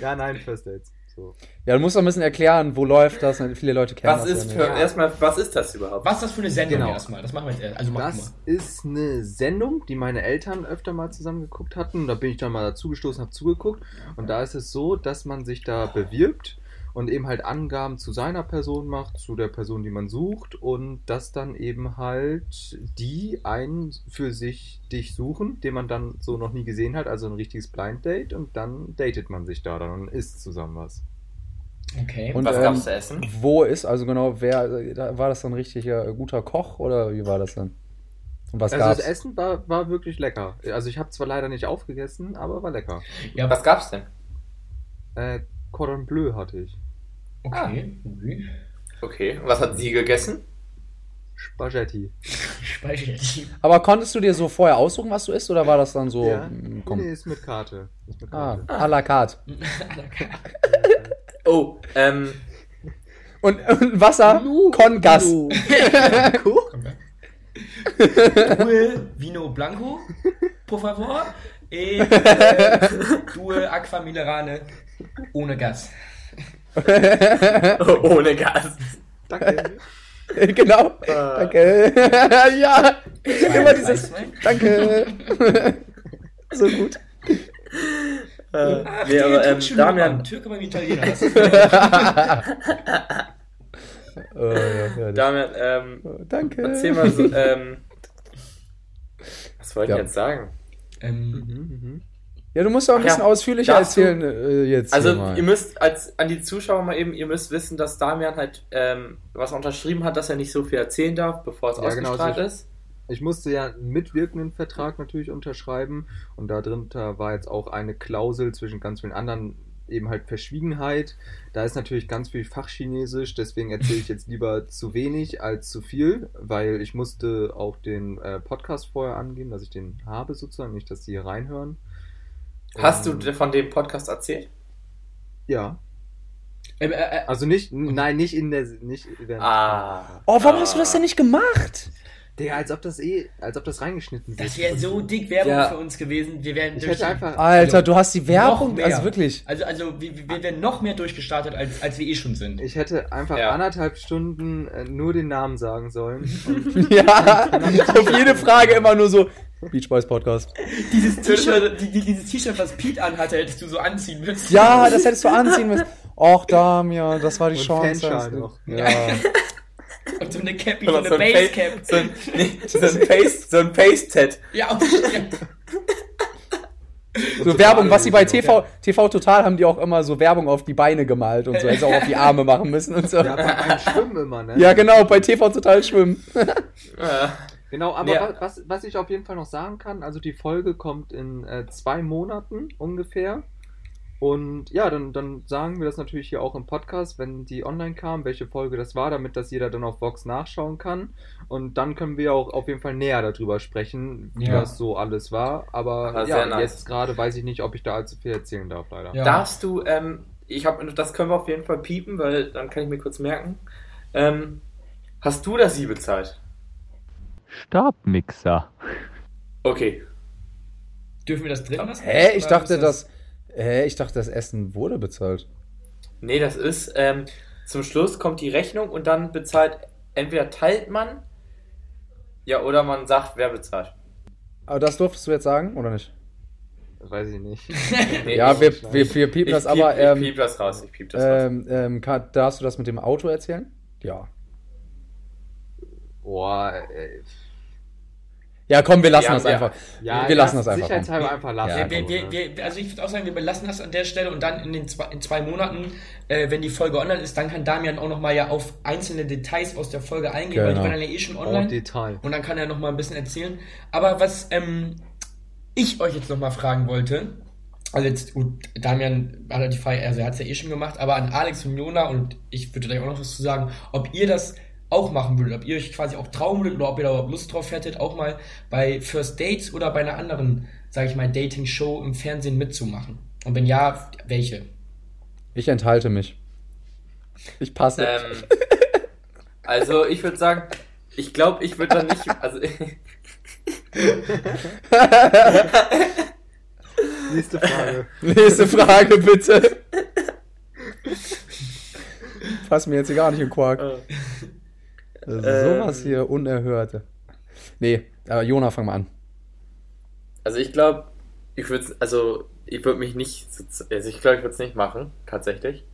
Speaker 4: ja, nein, First Dates. So.
Speaker 3: Ja, du musst doch ein bisschen erklären, wo läuft das? Viele Leute kennen
Speaker 1: Was
Speaker 3: das
Speaker 1: ist
Speaker 3: ja
Speaker 1: für,
Speaker 3: nicht.
Speaker 1: erstmal, was ist das überhaupt?
Speaker 2: Was ist das für eine Sendung
Speaker 4: Genau.
Speaker 2: erstmal? Das machen wir jetzt erst. Also mach
Speaker 4: Das ist eine Sendung, die meine Eltern öfter mal zusammen geguckt hatten. Da bin ich dann mal dazugestoßen, habe zugeguckt. Und da ist es so, dass man sich da bewirbt und eben halt Angaben zu seiner Person macht, zu der Person, die man sucht. Und dass dann eben halt die einen für sich dich suchen, den man dann so noch nie gesehen hat. Also ein richtiges Blind Date. Und dann datet man sich da dann und isst zusammen was.
Speaker 2: mal. Okay.
Speaker 3: Und-
Speaker 1: was
Speaker 3: ähm,
Speaker 1: gab's zu essen?
Speaker 3: Wo ist, also genau, wer, äh, da- war das dann richtig äh, guter Koch oder wie war das dann? Und was
Speaker 4: Also
Speaker 3: gab's?
Speaker 4: das Essen war, war wirklich lecker. Also ich habe zwar leider nicht aufgegessen, aber war lecker.
Speaker 2: ja,
Speaker 1: Was gab's denn?
Speaker 4: Äh, Cordon Bleu hatte ich.
Speaker 2: okay. Mhm.
Speaker 1: Okay, und was hat sie gegessen?
Speaker 4: Spaghetti.
Speaker 2: Speichel jetzt.
Speaker 3: Aber konntest du dir so vorher aussuchen, was du isst, oder war das dann
Speaker 1: Oh,
Speaker 3: so,
Speaker 4: ja.
Speaker 3: mm, komm,
Speaker 4: Nee, ist mit Karte. Ist mit
Speaker 3: ah,
Speaker 4: Karte.
Speaker 3: à la carte.
Speaker 1: Oh, ähm,
Speaker 3: Und, und Wasser, con gas.
Speaker 2: Due Vino Blanco, por favor. E äh, Due Aqua Minerale ohne Gas.
Speaker 1: ohne Gas.
Speaker 4: Danke.
Speaker 3: genau,
Speaker 1: Äh.
Speaker 3: danke. ja, immer dieses,
Speaker 2: Weißwein?
Speaker 3: danke. so gut.
Speaker 1: Äh,
Speaker 2: Ach,
Speaker 1: nee,
Speaker 2: der
Speaker 1: aber, ähm,
Speaker 2: Türke schon
Speaker 1: Damian,
Speaker 2: Mann, Türke beim Italiener. Das
Speaker 3: Äh, ja, ja, das-
Speaker 1: Damian, ähm,
Speaker 3: Danke.
Speaker 1: erzähl mal so, ähm, was wollte
Speaker 3: Ja.
Speaker 1: ich jetzt sagen?
Speaker 2: ähm,
Speaker 4: Mhm,
Speaker 3: Ja, du musst auch ein
Speaker 1: Ach ja,
Speaker 3: bisschen ausführlicher
Speaker 1: darfst du-
Speaker 3: erzählen äh, jetzt.
Speaker 1: Also
Speaker 3: hier mal.
Speaker 1: ihr müsst als an die Zuschauer mal eben, ihr müsst wissen, dass Damian halt ähm, was unterschrieben hat, dass er nicht so viel erzählen darf, bevor es
Speaker 4: Ja, genau,
Speaker 1: ausgestrahlt
Speaker 4: so-
Speaker 1: ist.
Speaker 4: Ich musste ja einen mitwirkenden Vertrag natürlich unterschreiben und da drin da war jetzt auch eine Klausel zwischen ganz vielen anderen, eben halt Verschwiegenheit. Da ist natürlich ganz viel Fachchinesisch, deswegen erzähle ich jetzt lieber zu wenig als zu viel, weil ich musste auch den äh, Podcast vorher angeben, dass ich den habe sozusagen, nicht, dass die hier reinhören.
Speaker 1: Hast
Speaker 4: Ähm,
Speaker 1: du von dem Podcast erzählt?
Speaker 4: Ja.
Speaker 2: ähm, äh, äh,
Speaker 4: Also nicht, nein, nicht in der, nicht in der
Speaker 1: Ah.
Speaker 3: oh, warum
Speaker 1: ah.
Speaker 3: hast du das denn nicht gemacht?
Speaker 4: Digga, als ob das eh, als ob das reingeschnitten wird.
Speaker 2: das wäre so dick Werbung
Speaker 1: Ja.
Speaker 2: für uns gewesen. Wir wären
Speaker 4: Ich
Speaker 2: durch.
Speaker 4: hätte einfach.
Speaker 3: Alter, du hast die Werbung,
Speaker 2: mehr.
Speaker 3: also wirklich.
Speaker 2: Also, also wir, wir wären noch mehr durchgestartet, als, als wir eh schon sind.
Speaker 4: Ich hätte einfach
Speaker 1: Ja.
Speaker 4: anderthalb Stunden äh, nur den Namen sagen sollen. Und
Speaker 3: Ja, auf jede Frage immer nur so, Beach Boys Podcast.
Speaker 2: dieses T-Shirt, die, die, dieses T-Shirt, was Pete anhatte, hättest du so anziehen müssen.
Speaker 3: Ja, das hättest du anziehen müssen. Och, Damian, das war die
Speaker 4: Und
Speaker 3: Chance.
Speaker 4: Fanschal noch.
Speaker 3: Ja.
Speaker 2: Und so eine Cappy, so
Speaker 1: Oder
Speaker 2: eine
Speaker 1: so ein Face-
Speaker 2: Basecap.
Speaker 1: so ein- nee, so ein Face- so ein Face-Tat.
Speaker 2: Ja, und, ja.
Speaker 3: So Werbung, was sie bei TV, TV Total haben die auch immer so Werbung auf die Beine gemalt und so, hätte auch auf die Face- Arme machen müssen und so.
Speaker 4: Ja, beim Schwimmen immer, ne?
Speaker 3: Ja, genau, bei TV Total schwimmen.
Speaker 1: Ja.
Speaker 4: Genau, aber
Speaker 1: Ja.
Speaker 4: wa- was, was ich auf jeden Fall noch sagen kann, also die Folge kommt in äh, zwei Monaten ungefähr. Und ja, dann, dann sagen wir das natürlich hier auch im Podcast, wenn die online kam, welche Folge das war, damit das jeder dann auf Vox nachschauen kann. Und dann können wir auch auf jeden Fall näher darüber sprechen, wie
Speaker 2: Ja.
Speaker 4: das so alles war. Aber
Speaker 1: Aber
Speaker 4: ja,
Speaker 1: Ah, sehr nice.
Speaker 4: jetzt gerade weiß ich nicht, ob ich da allzu viel erzählen darf, leider.
Speaker 2: Ja.
Speaker 1: Darfst du, ähm, ich hab, das können wir auf jeden Fall piepen, weil dann kann ich mir kurz merken. Ähm, hast du das sie bezahlt?
Speaker 5: Stabmixer.
Speaker 1: Okay.
Speaker 2: Dürfen wir das drin lassen?
Speaker 3: Hä, ich
Speaker 2: Oder
Speaker 3: dachte,
Speaker 2: ist das-
Speaker 3: das, hä, ich dachte, das Essen wurde bezahlt.
Speaker 1: Nee, das ist, ähm, zum Schluss kommt die Rechnung und dann bezahlt, entweder teilt man, ja, oder man sagt, wer bezahlt.
Speaker 3: Aber das durftest du jetzt sagen, oder nicht?
Speaker 4: Weiß ich nicht.
Speaker 1: Nee,
Speaker 3: ja,
Speaker 1: ich-
Speaker 3: wir,
Speaker 4: schneiden.
Speaker 3: wir, wir piepen
Speaker 1: ich
Speaker 3: das
Speaker 1: piep-
Speaker 3: aber,
Speaker 1: ich
Speaker 3: ähm,
Speaker 1: piep das raus, ich piep das raus.
Speaker 3: ähm, ähm, kann, darfst du das mit dem Auto erzählen? Ja.
Speaker 4: Boah, äh, ey.
Speaker 3: Ja, komm, wir lassen
Speaker 1: Ja,
Speaker 3: das
Speaker 1: ja.
Speaker 3: einfach.
Speaker 4: Ja,
Speaker 3: wir
Speaker 4: ja,
Speaker 3: lassen das einfach.
Speaker 4: Sicherheitshalber einfach lassen.
Speaker 3: Ja,
Speaker 2: Wir, wir, wir, also ich würde auch sagen, wir belassen das an der Stelle und dann in den zwei, in zwei Monaten, äh, wenn die Folge online ist, dann kann Damian auch nochmal ja auf einzelne Details aus der Folge eingehen, weil die
Speaker 3: Genau.
Speaker 2: waren ja eh schon
Speaker 4: Oh,
Speaker 2: online.
Speaker 4: Detail.
Speaker 2: Und dann kann er noch mal ein bisschen erzählen. Aber was ähm, ich euch jetzt noch mal fragen wollte, also jetzt, gut, Damian hat ja die Frage, also er hat es ja eh schon gemacht, aber an Alex und Jona und ich würde gleich auch noch was zu sagen, ob ihr das auch machen würdet, ob ihr euch quasi auch trauen würdet oder ob ihr da überhaupt Lust drauf hättet, auch mal bei First Dates oder bei einer anderen, sage ich mal, Dating-Show im Fernsehen mitzumachen. Und wenn ja, welche?
Speaker 3: Ich enthalte mich. Ich passe.
Speaker 1: Ähm, also ich würde sagen, ich glaube, ich würde dann nicht. Also,
Speaker 4: Nächste Frage.
Speaker 3: Nächste Frage, bitte. Fass mir jetzt hier gar nicht in Quark. Das ist
Speaker 1: Ähm.
Speaker 3: sowas hier, Unerhörte. Nee, aber Jona, fang mal an.
Speaker 1: also ich glaube, ich würde also ich würde mich nicht, so- also ich glaube, ich würde es nicht machen, tatsächlich.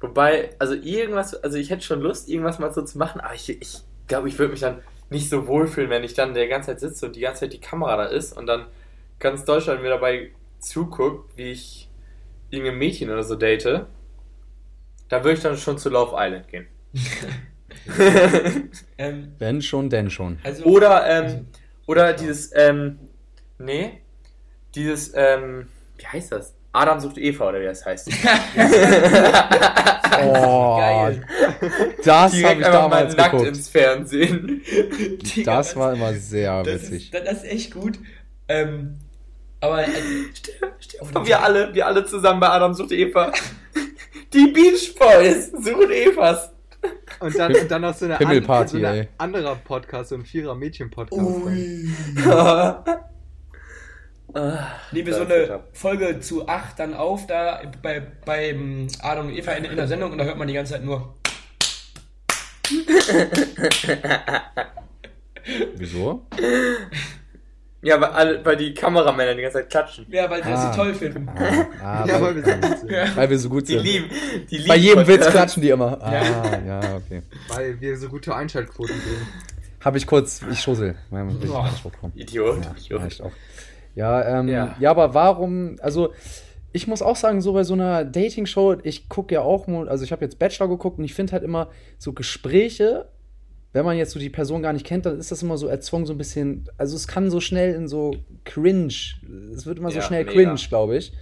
Speaker 1: Wobei, also irgendwas, also ich hätte schon Lust, irgendwas mal so zu machen, aber ich glaube, ich, glaub, ich würde mich dann nicht so wohlfühlen, wenn ich dann der ganze Zeit sitze und die ganze Zeit die Kamera da ist und dann ganz Deutschland mir dabei zuguckt, wie ich irgendein Mädchen oder so date. Da würde ich dann schon zu Love Island gehen.
Speaker 2: Ähm,
Speaker 3: Wenn schon, denn schon.
Speaker 2: also,
Speaker 1: Oder, ähm, oder dieses, ähm, nee, dieses, ähm, wie heißt das? Adam sucht Eva, oder wie das heißt.
Speaker 3: Oh,
Speaker 2: Geil.
Speaker 3: das habe
Speaker 1: Direkt
Speaker 3: ich
Speaker 1: einfach mal
Speaker 3: damals
Speaker 1: nackt
Speaker 3: geguckt.
Speaker 1: ins Fernsehen.
Speaker 2: Digga,
Speaker 3: Das war immer sehr
Speaker 2: Das
Speaker 3: witzig.
Speaker 2: ist, das ist echt gut. Ähm, aber also,
Speaker 1: Und wir alle, wir alle zusammen bei Adam sucht Eva. Die Beach Boys suchen Evas.
Speaker 4: Und dann, und dann noch so eine,
Speaker 3: Himmelparty,
Speaker 4: so eine
Speaker 3: ey.
Speaker 4: anderer Podcast, so ein Vierer-Mädchen-Podcast.
Speaker 2: Ui. Nehmen wir so
Speaker 1: Das ist
Speaker 2: eine
Speaker 1: knapp.
Speaker 2: Folge zu 8 dann auf, da bei, beim Adam und Eva in, in der Sendung und da hört man die ganze Zeit nur.
Speaker 3: Wieso?
Speaker 1: Ja, weil, alle, weil die Kameramänner die ganze Zeit klatschen.
Speaker 2: Ja, weil wir
Speaker 3: Ah.
Speaker 2: sie toll finden.
Speaker 3: Ah,
Speaker 4: Ja,
Speaker 3: weil,
Speaker 4: weil wir sind,
Speaker 2: Ja.
Speaker 3: weil wir so gut
Speaker 1: Die
Speaker 3: sind.
Speaker 1: lieben, die lieben
Speaker 3: Bei jedem Witz
Speaker 1: Podcast.
Speaker 3: klatschen die immer. Ah, ja,
Speaker 2: Ja.
Speaker 3: okay.
Speaker 4: weil wir so gute Einschaltquoten geben.
Speaker 3: Habe ich kurz, ich schussel. Ja,
Speaker 1: Oh.
Speaker 3: bin ich
Speaker 2: Boah.
Speaker 3: Anspruch gekommen.
Speaker 1: Idiot.
Speaker 3: Ja, reicht
Speaker 1: Idiot.
Speaker 3: auch. Ja, ähm,
Speaker 1: Ja.
Speaker 3: ja. aber warum, also ich muss auch sagen, so bei so einer Dating-Show, ich gucke ja auch, nur- also ich habe jetzt Bachelor geguckt und ich finde halt immer so Gespräche, wenn man jetzt so die Person gar nicht kennt, dann ist das immer so erzwungen, so ein bisschen, also es kann so schnell in so cringe, es wird immer so
Speaker 1: Ja,
Speaker 3: schnell
Speaker 1: mega.
Speaker 3: cringe, glaube ich.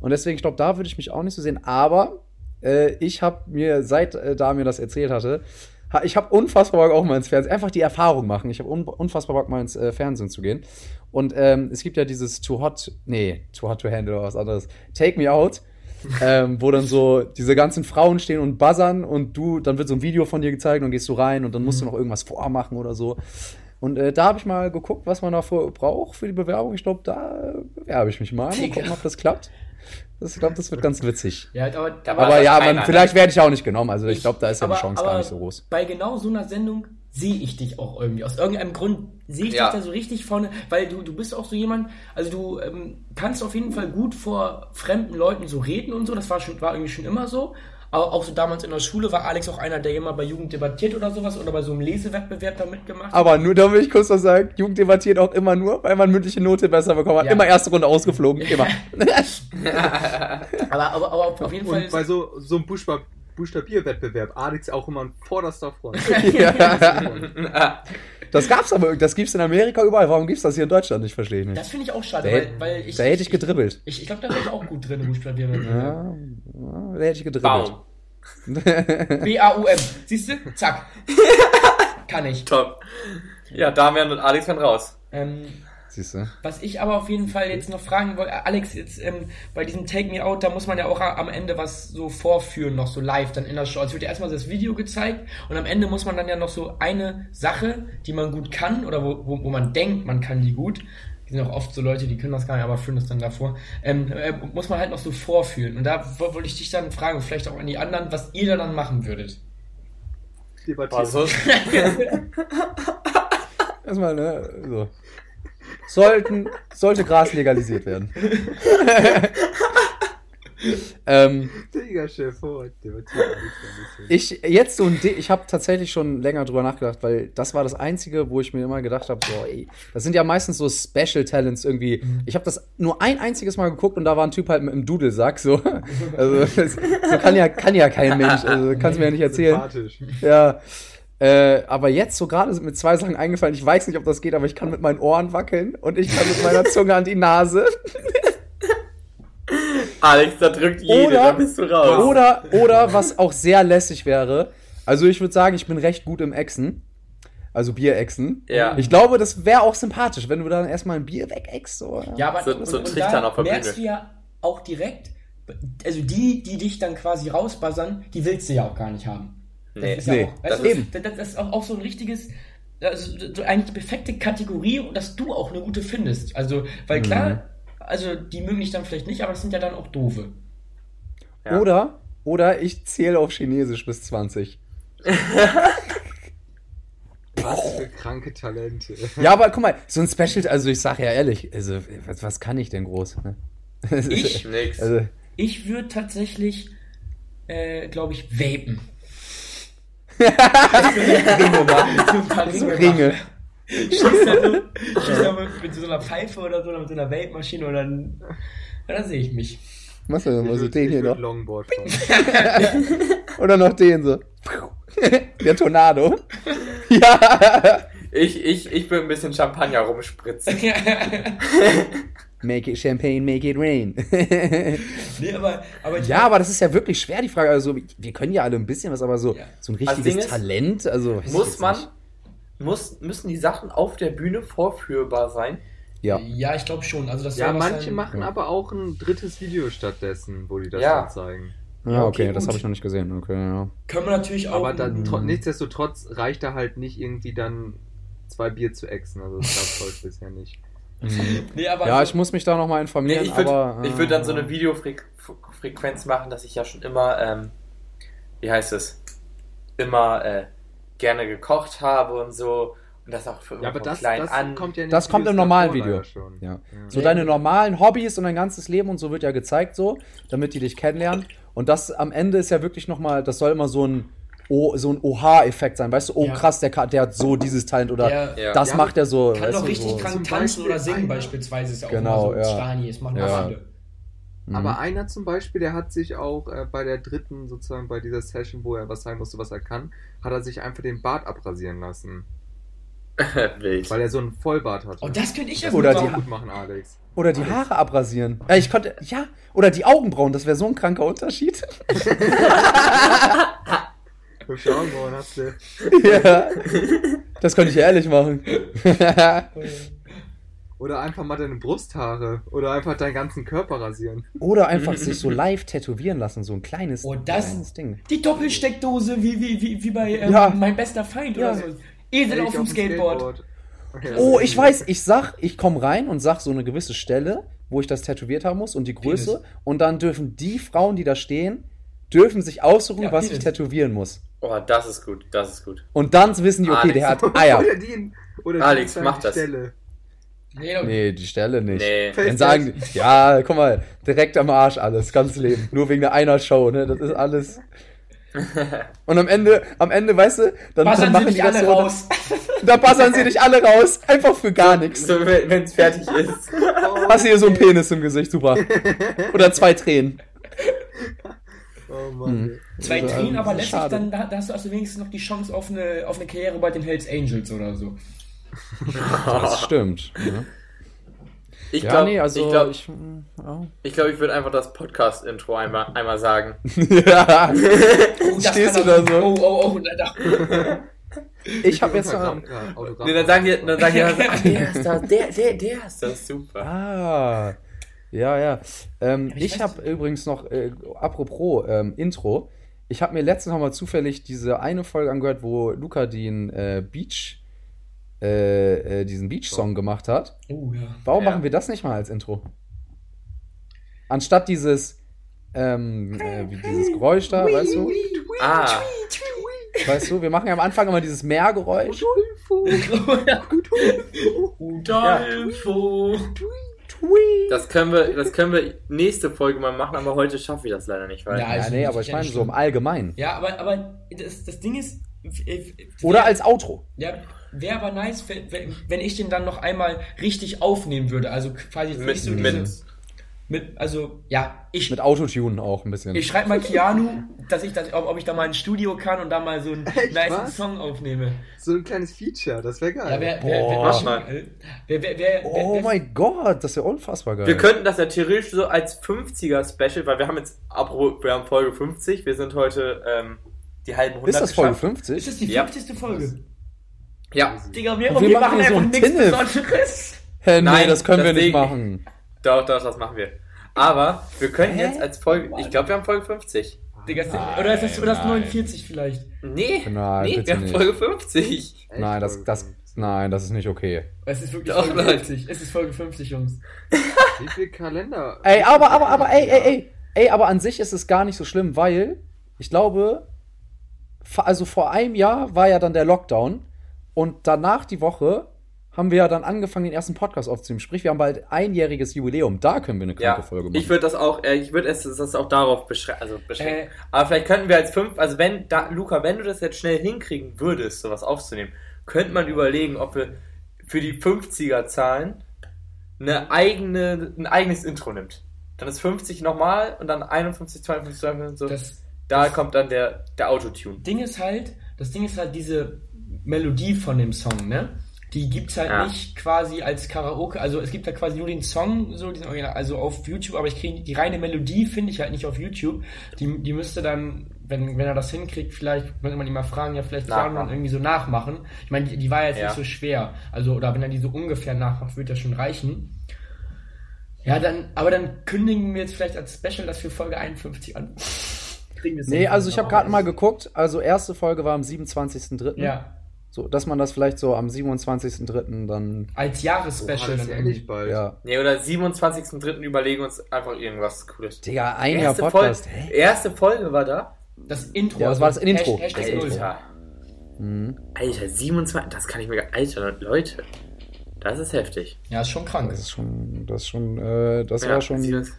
Speaker 3: Und deswegen, ich glaube, da würde ich mich auch nicht so sehen, aber äh, ich habe mir, seit äh, da mir das erzählt hatte, ha- ich habe unfassbar Bock auch mal ins Fernsehen, einfach die Erfahrung machen. Ich habe un unfassbar Bock mal ins äh, Fernsehen zu gehen. Und ähm, es gibt ja dieses Too Hot, nee, Too Hot to Handle oder was anderes, Take Me Out, ähm, wo dann so diese ganzen Frauen stehen und buzzern und du, dann wird so ein Video von dir gezeigt und gehst du rein und dann musst du noch irgendwas vormachen oder so. Und äh, da habe ich mal geguckt, was man dafür braucht für die Bewerbung. Ich glaube, da bewerbe ich mich mal. Mal
Speaker 2: Digga.
Speaker 3: gucken, ob das klappt. Das, ich glaube, das wird ganz witzig.
Speaker 2: Ja, aber da
Speaker 1: war
Speaker 3: Aber
Speaker 1: das
Speaker 3: ja,
Speaker 1: keiner,
Speaker 3: man,
Speaker 1: ne?
Speaker 3: vielleicht werde ich auch nicht genommen. Also ich glaube, da ist ja die
Speaker 2: aber-
Speaker 3: Chance gar
Speaker 2: aber
Speaker 3: nicht so groß.
Speaker 2: Bei genau so einer Sendung sehe ich dich auch irgendwie. Aus irgendeinem Grund sehe ich
Speaker 1: Ja.
Speaker 2: dich da so richtig vorne, weil du, du bist auch so jemand, also du ähm, kannst auf jeden Fall gut vor fremden Leuten so reden und so. Das war, schon, war irgendwie schon immer so. Aber auch so damals in der Schule war Alex auch einer, der immer bei Jugend debattiert oder sowas oder bei so einem Lesewettbewerb da mitgemacht hat.
Speaker 3: Aber nur, da will ich kurz was sagen, Jugend debattiert auch immer nur, weil man mündliche Note besser bekommen hat.
Speaker 2: Ja.
Speaker 3: Immer erste Runde ausgeflogen, immer.
Speaker 2: Aber, aber, aber auf jeden Fall
Speaker 4: Und
Speaker 2: ist
Speaker 4: bei so, so einem Buchstab Buchstabierwettbewerb, Alex auch immer ein vorderster Front.
Speaker 3: ja. Das gab's aber, das gibt's in Amerika überall. Warum gibt's das hier in Deutschland nicht? Verstehe ich nicht.
Speaker 2: das finde ich auch schade,
Speaker 3: Da,
Speaker 2: weil, weil ich,
Speaker 3: da hätte ich gedribbelt.
Speaker 2: ich, ich glaube, da wäre ich auch gut drin, buchstabieren.
Speaker 3: Ja, ja, da hätte ich gedribbelt.
Speaker 1: Baum.
Speaker 2: B-A-U-M. Siehst du? Zack. Kann ich.
Speaker 1: Top. Ja, Damian und Alex werden raus.
Speaker 2: Ähm,
Speaker 3: Siehst du?
Speaker 2: was ich aber auf jeden Fall jetzt noch fragen wollte, Alex, jetzt ähm, bei diesem Take Me Out, da muss man ja auch am Ende was so vorführen, noch so live dann in der Show. Also Es wird ja erstmal das Video gezeigt und am Ende muss man dann ja noch so eine Sache, die man gut kann oder wo, wo, wo man denkt, man kann die gut. Die sind auch oft so Leute, die können das gar nicht, aber führen das dann davor. Ähm, äh, muss man halt noch so vorfühlen. Und da wo- wollte ich dich dann fragen, vielleicht auch an die anderen, was ihr da dann machen würdet.
Speaker 1: Boah,
Speaker 3: Also-
Speaker 4: Debattiert.
Speaker 1: so,
Speaker 3: Erstmal, ne? So. Sollten, sollte Gras legalisiert werden. ähm,
Speaker 4: Digga, Chef, oh, debattiert Alex ein bisschen.
Speaker 3: Ich jetzt so ein Di- ich habe tatsächlich schon länger drüber nachgedacht, weil das war das einzige, wo ich mir immer gedacht habe, so ey, das sind ja meistens so Special Talents irgendwie. Ich habe das nur ein einziges Mal geguckt und da war ein Typ halt mit einem Dudelsack so. Also das, so kann ja kann ja kein Mensch, also kannst mir ja nicht erzählen.
Speaker 4: Sympathisch.
Speaker 3: Ja. Äh, aber jetzt so gerade sind mir zwei Sachen eingefallen. Ich weiß nicht, ob das geht, aber ich kann mit meinen Ohren wackeln und ich kann mit meiner Zunge an die Nase.
Speaker 1: Alex, da drückt jede,
Speaker 3: Oder-
Speaker 1: da bist du raus.
Speaker 3: Oder, oder was auch sehr lässig wäre. Also ich würde sagen, ich bin recht gut im Echsen. Also Bierechsen.
Speaker 1: Ja.
Speaker 3: Ich glaube, das wäre auch sympathisch, wenn du dann erstmal ein Bier wegexst. So.
Speaker 2: Ja, aber
Speaker 1: So-
Speaker 2: und-
Speaker 1: so
Speaker 2: und
Speaker 1: Trichtern
Speaker 2: da
Speaker 1: auf der
Speaker 2: merkst
Speaker 1: Bühne.
Speaker 2: du ja auch direkt, also die, die dich dann quasi rausbuzzern, die willst du ja auch gar nicht haben.
Speaker 1: Nee.
Speaker 2: Das ist ja
Speaker 3: Nee,
Speaker 2: auch,
Speaker 1: das
Speaker 2: weißt du,
Speaker 3: eben.
Speaker 2: das, das ist auch, auch so ein richtiges, also so eigentlich die perfekte Kategorie, und dass du auch eine gute findest. Also,
Speaker 3: Mhm.
Speaker 2: weil klar, also die mögen dich dann vielleicht nicht, aber es sind ja dann auch doofe.
Speaker 1: Ja.
Speaker 3: Oder, oder ich zähle auf Chinesisch bis 20.
Speaker 4: Was für kranke Talente.
Speaker 3: Ja, aber guck mal, so ein Special, also ich sag ja ehrlich, also was, was kann ich denn groß? Ne?
Speaker 2: Ich?
Speaker 1: Nix.
Speaker 3: Also,
Speaker 2: Ich würde tatsächlich, äh, glaube ich, vapen.
Speaker 3: Ringe machen.
Speaker 2: So ein paar
Speaker 3: So
Speaker 2: Ringe
Speaker 3: Ringe.
Speaker 2: schießt dann so, schießt dann mit, mit so einer Pfeife oder so, oder mit so einer Weltmaschine und dann, ja, dann sehe ich mich.
Speaker 3: Machst du denn mal
Speaker 4: Ich
Speaker 3: so
Speaker 4: würd-
Speaker 3: den
Speaker 4: ich
Speaker 3: hier
Speaker 4: würd
Speaker 3: noch?
Speaker 4: Longboard fahren.
Speaker 3: Oder noch den so. Der Tornado. ja.
Speaker 1: Ich, ich, ich will ein bisschen Champagner rumspritzen.
Speaker 3: Make it champagne, make it rain.
Speaker 2: nee, aber, aber
Speaker 3: Ja, aber das ist ja wirklich schwer, die Frage. Also, wir können ja alle ein bisschen was, aber so,
Speaker 2: Ja.
Speaker 1: Also,
Speaker 3: so ein richtiges
Speaker 1: Ding ist,
Speaker 3: Talent, also. weiß ich
Speaker 1: Muss
Speaker 3: jetzt
Speaker 1: man,
Speaker 3: nicht.
Speaker 1: muss, müssen die Sachen auf der Bühne vorführbar sein?
Speaker 3: Ja.
Speaker 2: ja, ich glaube schon. Also das
Speaker 4: Ja,
Speaker 2: soll was
Speaker 4: manche
Speaker 2: sein-
Speaker 4: machen aber auch ein drittes Video stattdessen, wo die das
Speaker 1: Ja.
Speaker 4: dann zeigen.
Speaker 3: Ja, okay,
Speaker 2: okay,
Speaker 3: das
Speaker 2: gut.
Speaker 3: habe ich noch nicht gesehen. Okay, ja.
Speaker 2: Können wir natürlich auch.
Speaker 4: Aber dann, tro-
Speaker 3: Mhm.
Speaker 4: nichtsdestotrotz reicht da halt nicht irgendwie dann zwei Bier zu exen. Also das gab's heute bisher nicht.
Speaker 2: nee, aber
Speaker 3: ja, ich muss mich da nochmal
Speaker 1: Nee,
Speaker 3: informieren,
Speaker 1: ich würde
Speaker 3: aber. ah. äh,
Speaker 1: ich würd dann so eine Videofrequenz machen, dass ich ja schon immer, ähm, wie heißt es, immer äh, gerne gekocht habe und so. Und das auch für
Speaker 4: Ja, aber
Speaker 1: von
Speaker 4: das,
Speaker 1: klein
Speaker 4: das
Speaker 1: an.
Speaker 4: kommt ja in den
Speaker 3: Das kommt
Speaker 4: Videos
Speaker 3: im normalen
Speaker 4: davor
Speaker 3: Video.
Speaker 4: leider Schon.
Speaker 3: Ja.
Speaker 4: Ja.
Speaker 3: So deine normalen Hobbys und dein ganzes Leben und so wird ja gezeigt so, damit die dich kennenlernen. Und das am Ende ist ja wirklich nochmal, das soll immer so ein, oh, so ein Oha-Effekt sein. Weißt du, oh
Speaker 2: Ja.
Speaker 3: krass, der, Ka- der hat so dieses Talent oder
Speaker 2: Ja.
Speaker 1: Ja.
Speaker 3: das
Speaker 4: Ja,
Speaker 3: macht er so.
Speaker 2: Kann
Speaker 3: weißt
Speaker 2: doch
Speaker 3: du,
Speaker 2: richtig
Speaker 3: so.
Speaker 2: krank
Speaker 4: Zum
Speaker 2: tanzen
Speaker 4: Beispiel
Speaker 2: oder singen,
Speaker 4: einer-
Speaker 2: beispielsweise. Ist ja auch
Speaker 3: Genau,
Speaker 2: immer so
Speaker 3: ja.
Speaker 2: ein Stani, das machen
Speaker 3: Ja.
Speaker 2: ja. viele.
Speaker 3: Mhm.
Speaker 4: Aber einer zum Beispiel, der hat sich auch äh, bei der dritten, sozusagen bei dieser Session, wo er was sagen musste, was er kann, hat er sich einfach den Bart abrasieren lassen.
Speaker 1: Wild.
Speaker 4: Weil er so einen Vollbart hatte.
Speaker 2: Oh, das könnte ich ja
Speaker 3: Oder
Speaker 2: gut
Speaker 4: Kannst du
Speaker 3: die-
Speaker 4: auch gut machen, Alex.
Speaker 3: Oder die Haare abrasieren. Äh, ich konnte, ja, oder die Augenbrauen, das wäre so ein kranker Unterschied.
Speaker 4: Hübsche Augenbrauen hast du.
Speaker 3: ja. Das könnte ich ehrlich machen.
Speaker 4: Oder einfach mal deine Brusthaare. Oder einfach deinen ganzen Körper rasieren.
Speaker 3: oder einfach sich so live tätowieren lassen, so ein kleines,
Speaker 2: Oh, das-
Speaker 3: kleines Ding.
Speaker 2: Die Doppelsteckdose, wie, wie, wie, wie bei ähm,
Speaker 3: Ja.
Speaker 2: Mein bester Feind
Speaker 3: Ja.
Speaker 2: oder so. Esel
Speaker 4: Ey,
Speaker 2: auf dem Skateboard.
Speaker 4: Okay, das
Speaker 3: Oh,
Speaker 4: ist
Speaker 3: ich
Speaker 4: cool.
Speaker 3: weiß, ich sag, ich komme rein und sag so eine gewisse Stelle, wo ich das tätowiert haben muss und die
Speaker 2: Penis.
Speaker 3: Größe. Und dann dürfen die Frauen, die da stehen, dürfen sich aussuchen,
Speaker 2: Ja,
Speaker 3: was
Speaker 2: Penis.
Speaker 3: ich tätowieren muss.
Speaker 1: Oh, das ist gut, das ist gut.
Speaker 3: Und dann wissen die, okay,
Speaker 1: Alex.
Speaker 3: der hat Eier.
Speaker 4: Oder die, oder
Speaker 1: Alex,
Speaker 4: die
Speaker 1: mach
Speaker 4: die
Speaker 1: das.
Speaker 4: Stelle.
Speaker 2: Nee, doch.
Speaker 3: Nee, die Stelle nicht.
Speaker 1: Nee.
Speaker 4: Fest-
Speaker 3: Dann sagen die, ja, guck mal, direkt am Arsch alles, ganz Leben. Nur wegen der einer Show, ne? Das ist alles. Und am Ende, am Ende, weißt du, dann, dann
Speaker 2: Passen Sie
Speaker 3: machen die
Speaker 2: mich
Speaker 3: das
Speaker 2: alle
Speaker 3: so.
Speaker 2: raus.
Speaker 3: Da passern sie dich alle raus, einfach für gar nichts.
Speaker 1: So, wenn es fertig ist.
Speaker 3: Hast hier so einen Penis im Gesicht, super. Oder zwei Tränen.
Speaker 4: Oh Mann.
Speaker 2: Zwei
Speaker 3: Also,
Speaker 2: Tränen,
Speaker 3: ähm,
Speaker 2: aber
Speaker 3: das ist
Speaker 2: letztlich
Speaker 3: schade.
Speaker 2: dann da, da hast du also wenigstens noch die Chance auf eine, auf eine Karriere bei den Hells Angels oder so.
Speaker 3: Das stimmt. Ja,
Speaker 1: Ich
Speaker 3: ja
Speaker 1: glaube,
Speaker 3: nee, also
Speaker 1: ich, glaub, ich,
Speaker 3: ich- mm,
Speaker 1: glaub, ich würde einfach das Podcast-Intro einmal, einmal sagen.
Speaker 3: ja.
Speaker 2: Oh, das
Speaker 3: Stehst
Speaker 2: kann
Speaker 3: du
Speaker 2: er-
Speaker 3: da so?
Speaker 2: Oh, oh, oh, da, da.
Speaker 3: Ich habe jetzt noch,
Speaker 1: Nee, dann sagen die, dann sagen die, ah, der ist das, der, der, der ist das, super.
Speaker 3: Ah, ja, ja. Ähm,
Speaker 2: ich
Speaker 3: ich
Speaker 2: weiß
Speaker 3: habe übrigens noch, äh, apropos ähm, Intro, ich habe mir letztens noch mal zufällig diese eine Folge angehört, wo Luca den äh, Beach, äh, äh, diesen Beach-Song gemacht hat.
Speaker 2: Oh, ja.
Speaker 3: Warum
Speaker 1: Ja.
Speaker 3: machen wir das nicht mal als Intro? Anstatt dieses, ähm, äh, wie dieses Geräusch da, weißt du?
Speaker 1: Ah,
Speaker 3: Weißt du, wir machen ja am Anfang immer dieses Meergeräusch.
Speaker 2: Udolfo.
Speaker 1: das können, wir, das können wir nächste Folge mal machen, aber heute schaffen wir das leider nicht, weil.
Speaker 2: Ja,
Speaker 3: Ja,
Speaker 2: also
Speaker 3: nee,
Speaker 2: das
Speaker 3: aber
Speaker 2: ist
Speaker 3: ich
Speaker 2: ja
Speaker 3: meine
Speaker 2: nicht
Speaker 3: so im
Speaker 2: schlimm.
Speaker 3: Allgemeinen.
Speaker 2: Ja, aber, aber das, das Ding ist. äh,
Speaker 3: Oder
Speaker 2: wer-
Speaker 3: als Outro.
Speaker 2: Ja, wäre aber nice, wenn, wenn- wenn ich den dann noch einmal richtig aufnehmen würde. Also quasi jetzt nicht
Speaker 1: mit,
Speaker 2: so
Speaker 1: mit,
Speaker 2: diese, mit. Also, ja, ich,
Speaker 3: Mit Autotune auch ein bisschen.
Speaker 2: ich schreibe mal Keanu, dass ich das, ob, ob ich da mal ins Studio kann und da mal so einen
Speaker 4: Echt,
Speaker 2: nice
Speaker 4: was?
Speaker 2: Song aufnehme.
Speaker 4: So ein kleines Feature, das wäre geil.
Speaker 2: Ja, wer, wer,
Speaker 3: Boah.
Speaker 2: wer, wer, wer, wer, wer,
Speaker 3: Oh
Speaker 2: wer,
Speaker 3: mein Gott, das wäre unfassbar geil.
Speaker 1: wir könnten das ja theoretisch so als 50er-Special, weil wir haben jetzt, apropos, wir haben Folge 50, wir sind heute ähm, die halben 100
Speaker 3: ist das Folge
Speaker 1: geschafft.
Speaker 2: Ist
Speaker 3: 50?
Speaker 2: das die
Speaker 1: Ja.
Speaker 2: 50. Folge?
Speaker 1: Ja,
Speaker 2: Digga, wir,
Speaker 3: Und wir machen hier so einen Tinnef.
Speaker 2: Besonderes.
Speaker 3: Hä,
Speaker 1: Nein,
Speaker 3: nee, das können wir nicht
Speaker 1: deswegen-
Speaker 3: machen.
Speaker 1: doch, doch, das machen wir. Aber wir können
Speaker 3: Hä?
Speaker 1: jetzt als Folge, ich glaube, wir haben Folge 50.
Speaker 2: Digga, ist- oder ist das, oder ist das
Speaker 3: Nein,
Speaker 2: 49 vielleicht?
Speaker 1: Nee,
Speaker 3: Nein,
Speaker 1: nee
Speaker 3: bitte
Speaker 1: wir haben
Speaker 3: nicht.
Speaker 1: Folge 50.
Speaker 4: Echt,
Speaker 3: nein, das,
Speaker 4: Folge
Speaker 3: das,
Speaker 4: 50.
Speaker 3: nein, das ist nicht okay.
Speaker 2: Es ist wirklich
Speaker 1: Doch,
Speaker 2: Folge
Speaker 1: Leute.
Speaker 2: 50. Es ist Folge 50, Jungs.
Speaker 4: Wie viel Kalender?
Speaker 3: Ey, aber, aber, aber, ey, ey, ey, ey, aber an sich ist es gar nicht so schlimm, weil ich glaube, fa- also vor einem Jahr war ja dann der Lockdown und danach die Woche haben wir ja dann angefangen, den ersten Podcast aufzunehmen. Sprich, wir haben bald einjähriges Jubiläum. Da können wir eine
Speaker 1: Ja,
Speaker 3: kranke Folge machen.
Speaker 1: ich würde das auch, äh, ich würde es das auch darauf beschränken. Also beschränken.
Speaker 2: Äh.
Speaker 1: Aber vielleicht könnten wir als fünf, also wenn, da, Luca, wenn du das jetzt schnell hinkriegen würdest, sowas aufzunehmen, könnte man überlegen, ob wir für die 50er-Zahlen eine eigene, ein eigenes Intro nimmt. Dann ist 50 nochmal und dann 51, 52, 53 und so.
Speaker 2: Das
Speaker 1: da kommt dann der, der Autotune.
Speaker 2: Ding ist halt, das Ding ist halt diese Melodie von dem Song, ne? Die gibt's halt
Speaker 1: Ja.
Speaker 2: nicht quasi als Karaoke, also es gibt da quasi nur den Song, so diesen Original, also auf YouTube, aber ich kriege die reine Melodie finde ich halt nicht auf YouTube. Die, die müsste dann, wenn, wenn er das hinkriegt, vielleicht, könnte man ihn mal fragen, ja, vielleicht kann man
Speaker 1: Nachmachen.
Speaker 2: irgendwie so nachmachen. Ich meine, die, die war jetzt
Speaker 1: Ja.
Speaker 2: nicht so schwer. Also, oder wenn er die so ungefähr nachmacht, wird das schon reichen. Ja, dann, aber dann kündigen wir jetzt vielleicht als Special das für Folge 51 an. Kriegen wir's
Speaker 3: nee,
Speaker 2: hin.
Speaker 3: also ich habe gerade mal geguckt. Also erste Folge war am 27.03.
Speaker 2: Ja.
Speaker 3: So, dass man das vielleicht so am 27.03. dann,
Speaker 2: Als
Speaker 4: Oha, Oh, das
Speaker 2: Jahresspecial
Speaker 4: ist
Speaker 2: dann
Speaker 4: ja ehrlich
Speaker 2: irgendwie.
Speaker 4: bald.
Speaker 3: ja.
Speaker 1: Nee, oder 27.03. überlegen uns einfach irgendwas Cooles.
Speaker 3: Digga, ein Jahr
Speaker 1: Folge,
Speaker 3: Podcast. Hä?
Speaker 1: erste Folge war da.
Speaker 2: Das Intro.
Speaker 3: Ja, das war das Intro.
Speaker 2: Hashtag,
Speaker 3: Das
Speaker 2: Hashtag
Speaker 3: Intro.
Speaker 2: Null.
Speaker 1: Alter.
Speaker 3: Mhm.
Speaker 1: Alter, 27, das kann ich mir. gar- Alter, Leute, das ist heftig.
Speaker 2: Ja, ist schon krank.
Speaker 3: Das ist schon, das ist schon, äh, das
Speaker 1: Ja,
Speaker 3: war schon.
Speaker 1: sie- Das,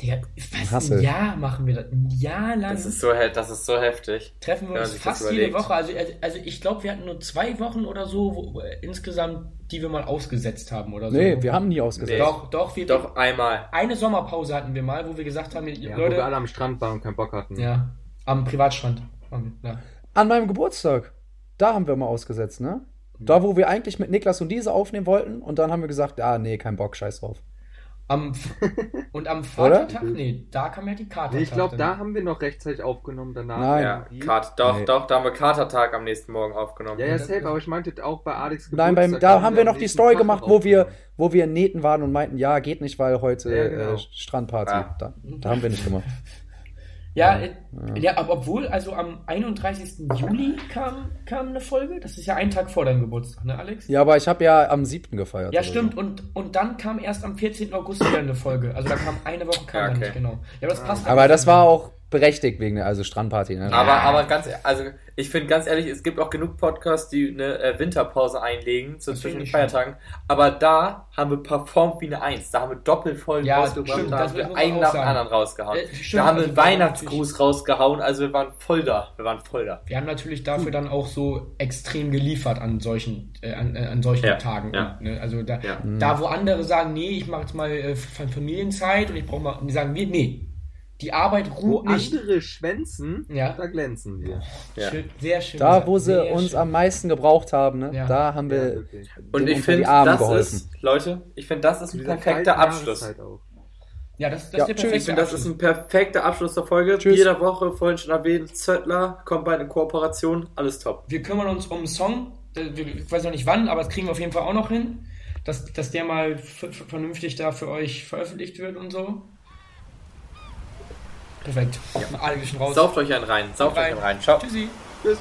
Speaker 2: Digga, was
Speaker 3: Hassel.
Speaker 2: ein Jahr machen wir das? Ein Jahr lang
Speaker 1: das, ist, so, he- das ist so heftig.
Speaker 2: treffen wir
Speaker 1: wenn man
Speaker 2: uns
Speaker 1: sich das
Speaker 2: fast jede
Speaker 1: überlegt.
Speaker 2: Woche. Also, also ich glaube, wir hatten nur zwei Wochen oder so wo, äh, insgesamt, die wir mal ausgesetzt haben oder so.
Speaker 3: Nee, wir haben nie ausgesetzt.
Speaker 1: Nee.
Speaker 2: Doch, doch, wir,
Speaker 1: Doch einmal.
Speaker 2: Eine Sommerpause hatten wir mal, wo wir gesagt haben,
Speaker 4: Ja, wo wir
Speaker 2: Leute,
Speaker 4: alle am Strand waren und keinen Bock hatten.
Speaker 2: ja, am Privatstrand. waren wir, Ja.
Speaker 3: An meinem Geburtstag. Da haben wir mal ausgesetzt, ne? Da, wo wir eigentlich mit Niklas und diese aufnehmen wollten und dann haben wir gesagt, ah, nee, kein Bock, scheiß drauf.
Speaker 2: Am, und am
Speaker 3: Oder?
Speaker 2: Vatertag, nee, da kam ja die Karte.
Speaker 4: Nee, ich glaube, da haben wir noch rechtzeitig aufgenommen danach.
Speaker 3: Nein.
Speaker 1: Ja,
Speaker 4: Die-
Speaker 1: Kat, doch,
Speaker 3: Nee.
Speaker 1: doch, da haben wir Katertag am nächsten Morgen aufgenommen.
Speaker 4: Ja, ja, safe, aber ich meinte auch bei Alex
Speaker 3: Nein, beim,
Speaker 4: Geburtstag
Speaker 3: da haben wir
Speaker 4: am
Speaker 3: noch die
Speaker 4: nächsten
Speaker 3: Story
Speaker 4: Tag
Speaker 3: gemacht, wo wir,
Speaker 4: aufgenommen.
Speaker 3: wo wir nähten waren und meinten, ja, geht nicht, weil heute
Speaker 4: Ja, genau.
Speaker 3: äh, Strandparty.
Speaker 1: Ah.
Speaker 3: Da, da haben wir nicht gemacht.
Speaker 2: Ja, äh, ja, aber obwohl, also am 31. Juli kam, kam eine Folge. Das ist ja ein Tag vor deinem Geburtstag, ne, Alex?
Speaker 3: Ja, genau. aber ich habe ja am 7. gefeiert.
Speaker 2: Ja,
Speaker 3: oder so.
Speaker 2: stimmt. Und, und dann kam erst am 14. August wieder eine Folge. Also da kam eine Woche kam
Speaker 1: Ja,
Speaker 2: dann
Speaker 1: okay.
Speaker 2: nicht, genau. Ja, aber das passt.
Speaker 3: Aber das war auch berechtigt wegen der, also Strandparty, ne?
Speaker 1: Aber, aber ganz, also ich finde ganz ehrlich, es gibt auch genug Podcasts, die eine äh, Winterpause einlegen so
Speaker 2: Das
Speaker 1: zwischen
Speaker 2: find
Speaker 1: den
Speaker 2: ich
Speaker 1: Feiertagen. Aber da haben wir performt wie eine Eins. Da haben wir Doppelfolgen
Speaker 2: Ja,
Speaker 1: rausgebracht,
Speaker 2: stimmt,
Speaker 1: da
Speaker 2: das
Speaker 1: haben wir
Speaker 2: muss man
Speaker 1: einen
Speaker 2: auch
Speaker 1: nach dem
Speaker 2: sagen.
Speaker 1: anderen rausgehauen.
Speaker 2: Äh, stimmt,
Speaker 1: da haben wir
Speaker 2: also
Speaker 1: einen
Speaker 2: wir waren
Speaker 1: Weihnachtsgruß rausgehauen, also wir waren voll da. Wir waren voll da.
Speaker 2: Wir haben natürlich dafür dann auch so extrem geliefert an solchen, äh, an, äh, an solchen
Speaker 1: Ja,
Speaker 2: Tagen.
Speaker 1: ja.
Speaker 2: Und, ne, also da,
Speaker 1: Ja.
Speaker 2: da, wo andere sagen, nee, ich mache jetzt mal äh, Fa- Familienzeit und ich brauche mal, die sagen wir, nee, die Arbeit
Speaker 4: Wo
Speaker 2: ruht nicht.
Speaker 4: andere schwänzen,
Speaker 2: Ja.
Speaker 4: da glänzen wir.
Speaker 1: Ja.
Speaker 2: Schön, sehr schön.
Speaker 3: Da,
Speaker 2: gesagt,
Speaker 3: wo sie
Speaker 2: sehr
Speaker 3: uns
Speaker 2: schön.
Speaker 3: am meisten gebraucht haben, ne?
Speaker 2: Ja.
Speaker 3: Da haben
Speaker 4: Ja,
Speaker 3: wir.
Speaker 4: wirklich.
Speaker 1: Und
Speaker 3: denen
Speaker 1: ich
Speaker 3: unter die
Speaker 1: finde,
Speaker 3: Arme
Speaker 1: das
Speaker 3: geholfen.
Speaker 1: ist, Leute, ich finde, das ist
Speaker 4: Zu
Speaker 1: ein
Speaker 4: dieser
Speaker 1: perfekter
Speaker 4: kalten halt.
Speaker 1: Abschluss.
Speaker 4: Jahreszeit auch.
Speaker 2: Ja, das, das
Speaker 3: Ja,
Speaker 2: ist
Speaker 3: tschüss.
Speaker 2: der
Speaker 1: Ich
Speaker 2: perfekte
Speaker 1: finde, das
Speaker 2: Abschluss.
Speaker 1: ist ein perfekter Abschluss der Folge.
Speaker 3: Tschüss.
Speaker 1: Jeder Woche, vorhin schon erwähnt, Zöttler kommt bald in Kooperation, alles top.
Speaker 2: Wir kümmern uns um einen Song. Äh, wir- Ich weiß noch nicht wann, aber das kriegen wir auf jeden Fall auch noch hin. Dass, dass der mal f- f- vernünftig da für euch veröffentlicht wird und so. Perfekt. Ja. Alle schon raus.
Speaker 1: Sauft euch einen rein, sauft euch einen rein. Ciao.
Speaker 2: Tschüssi.
Speaker 4: Tschüss.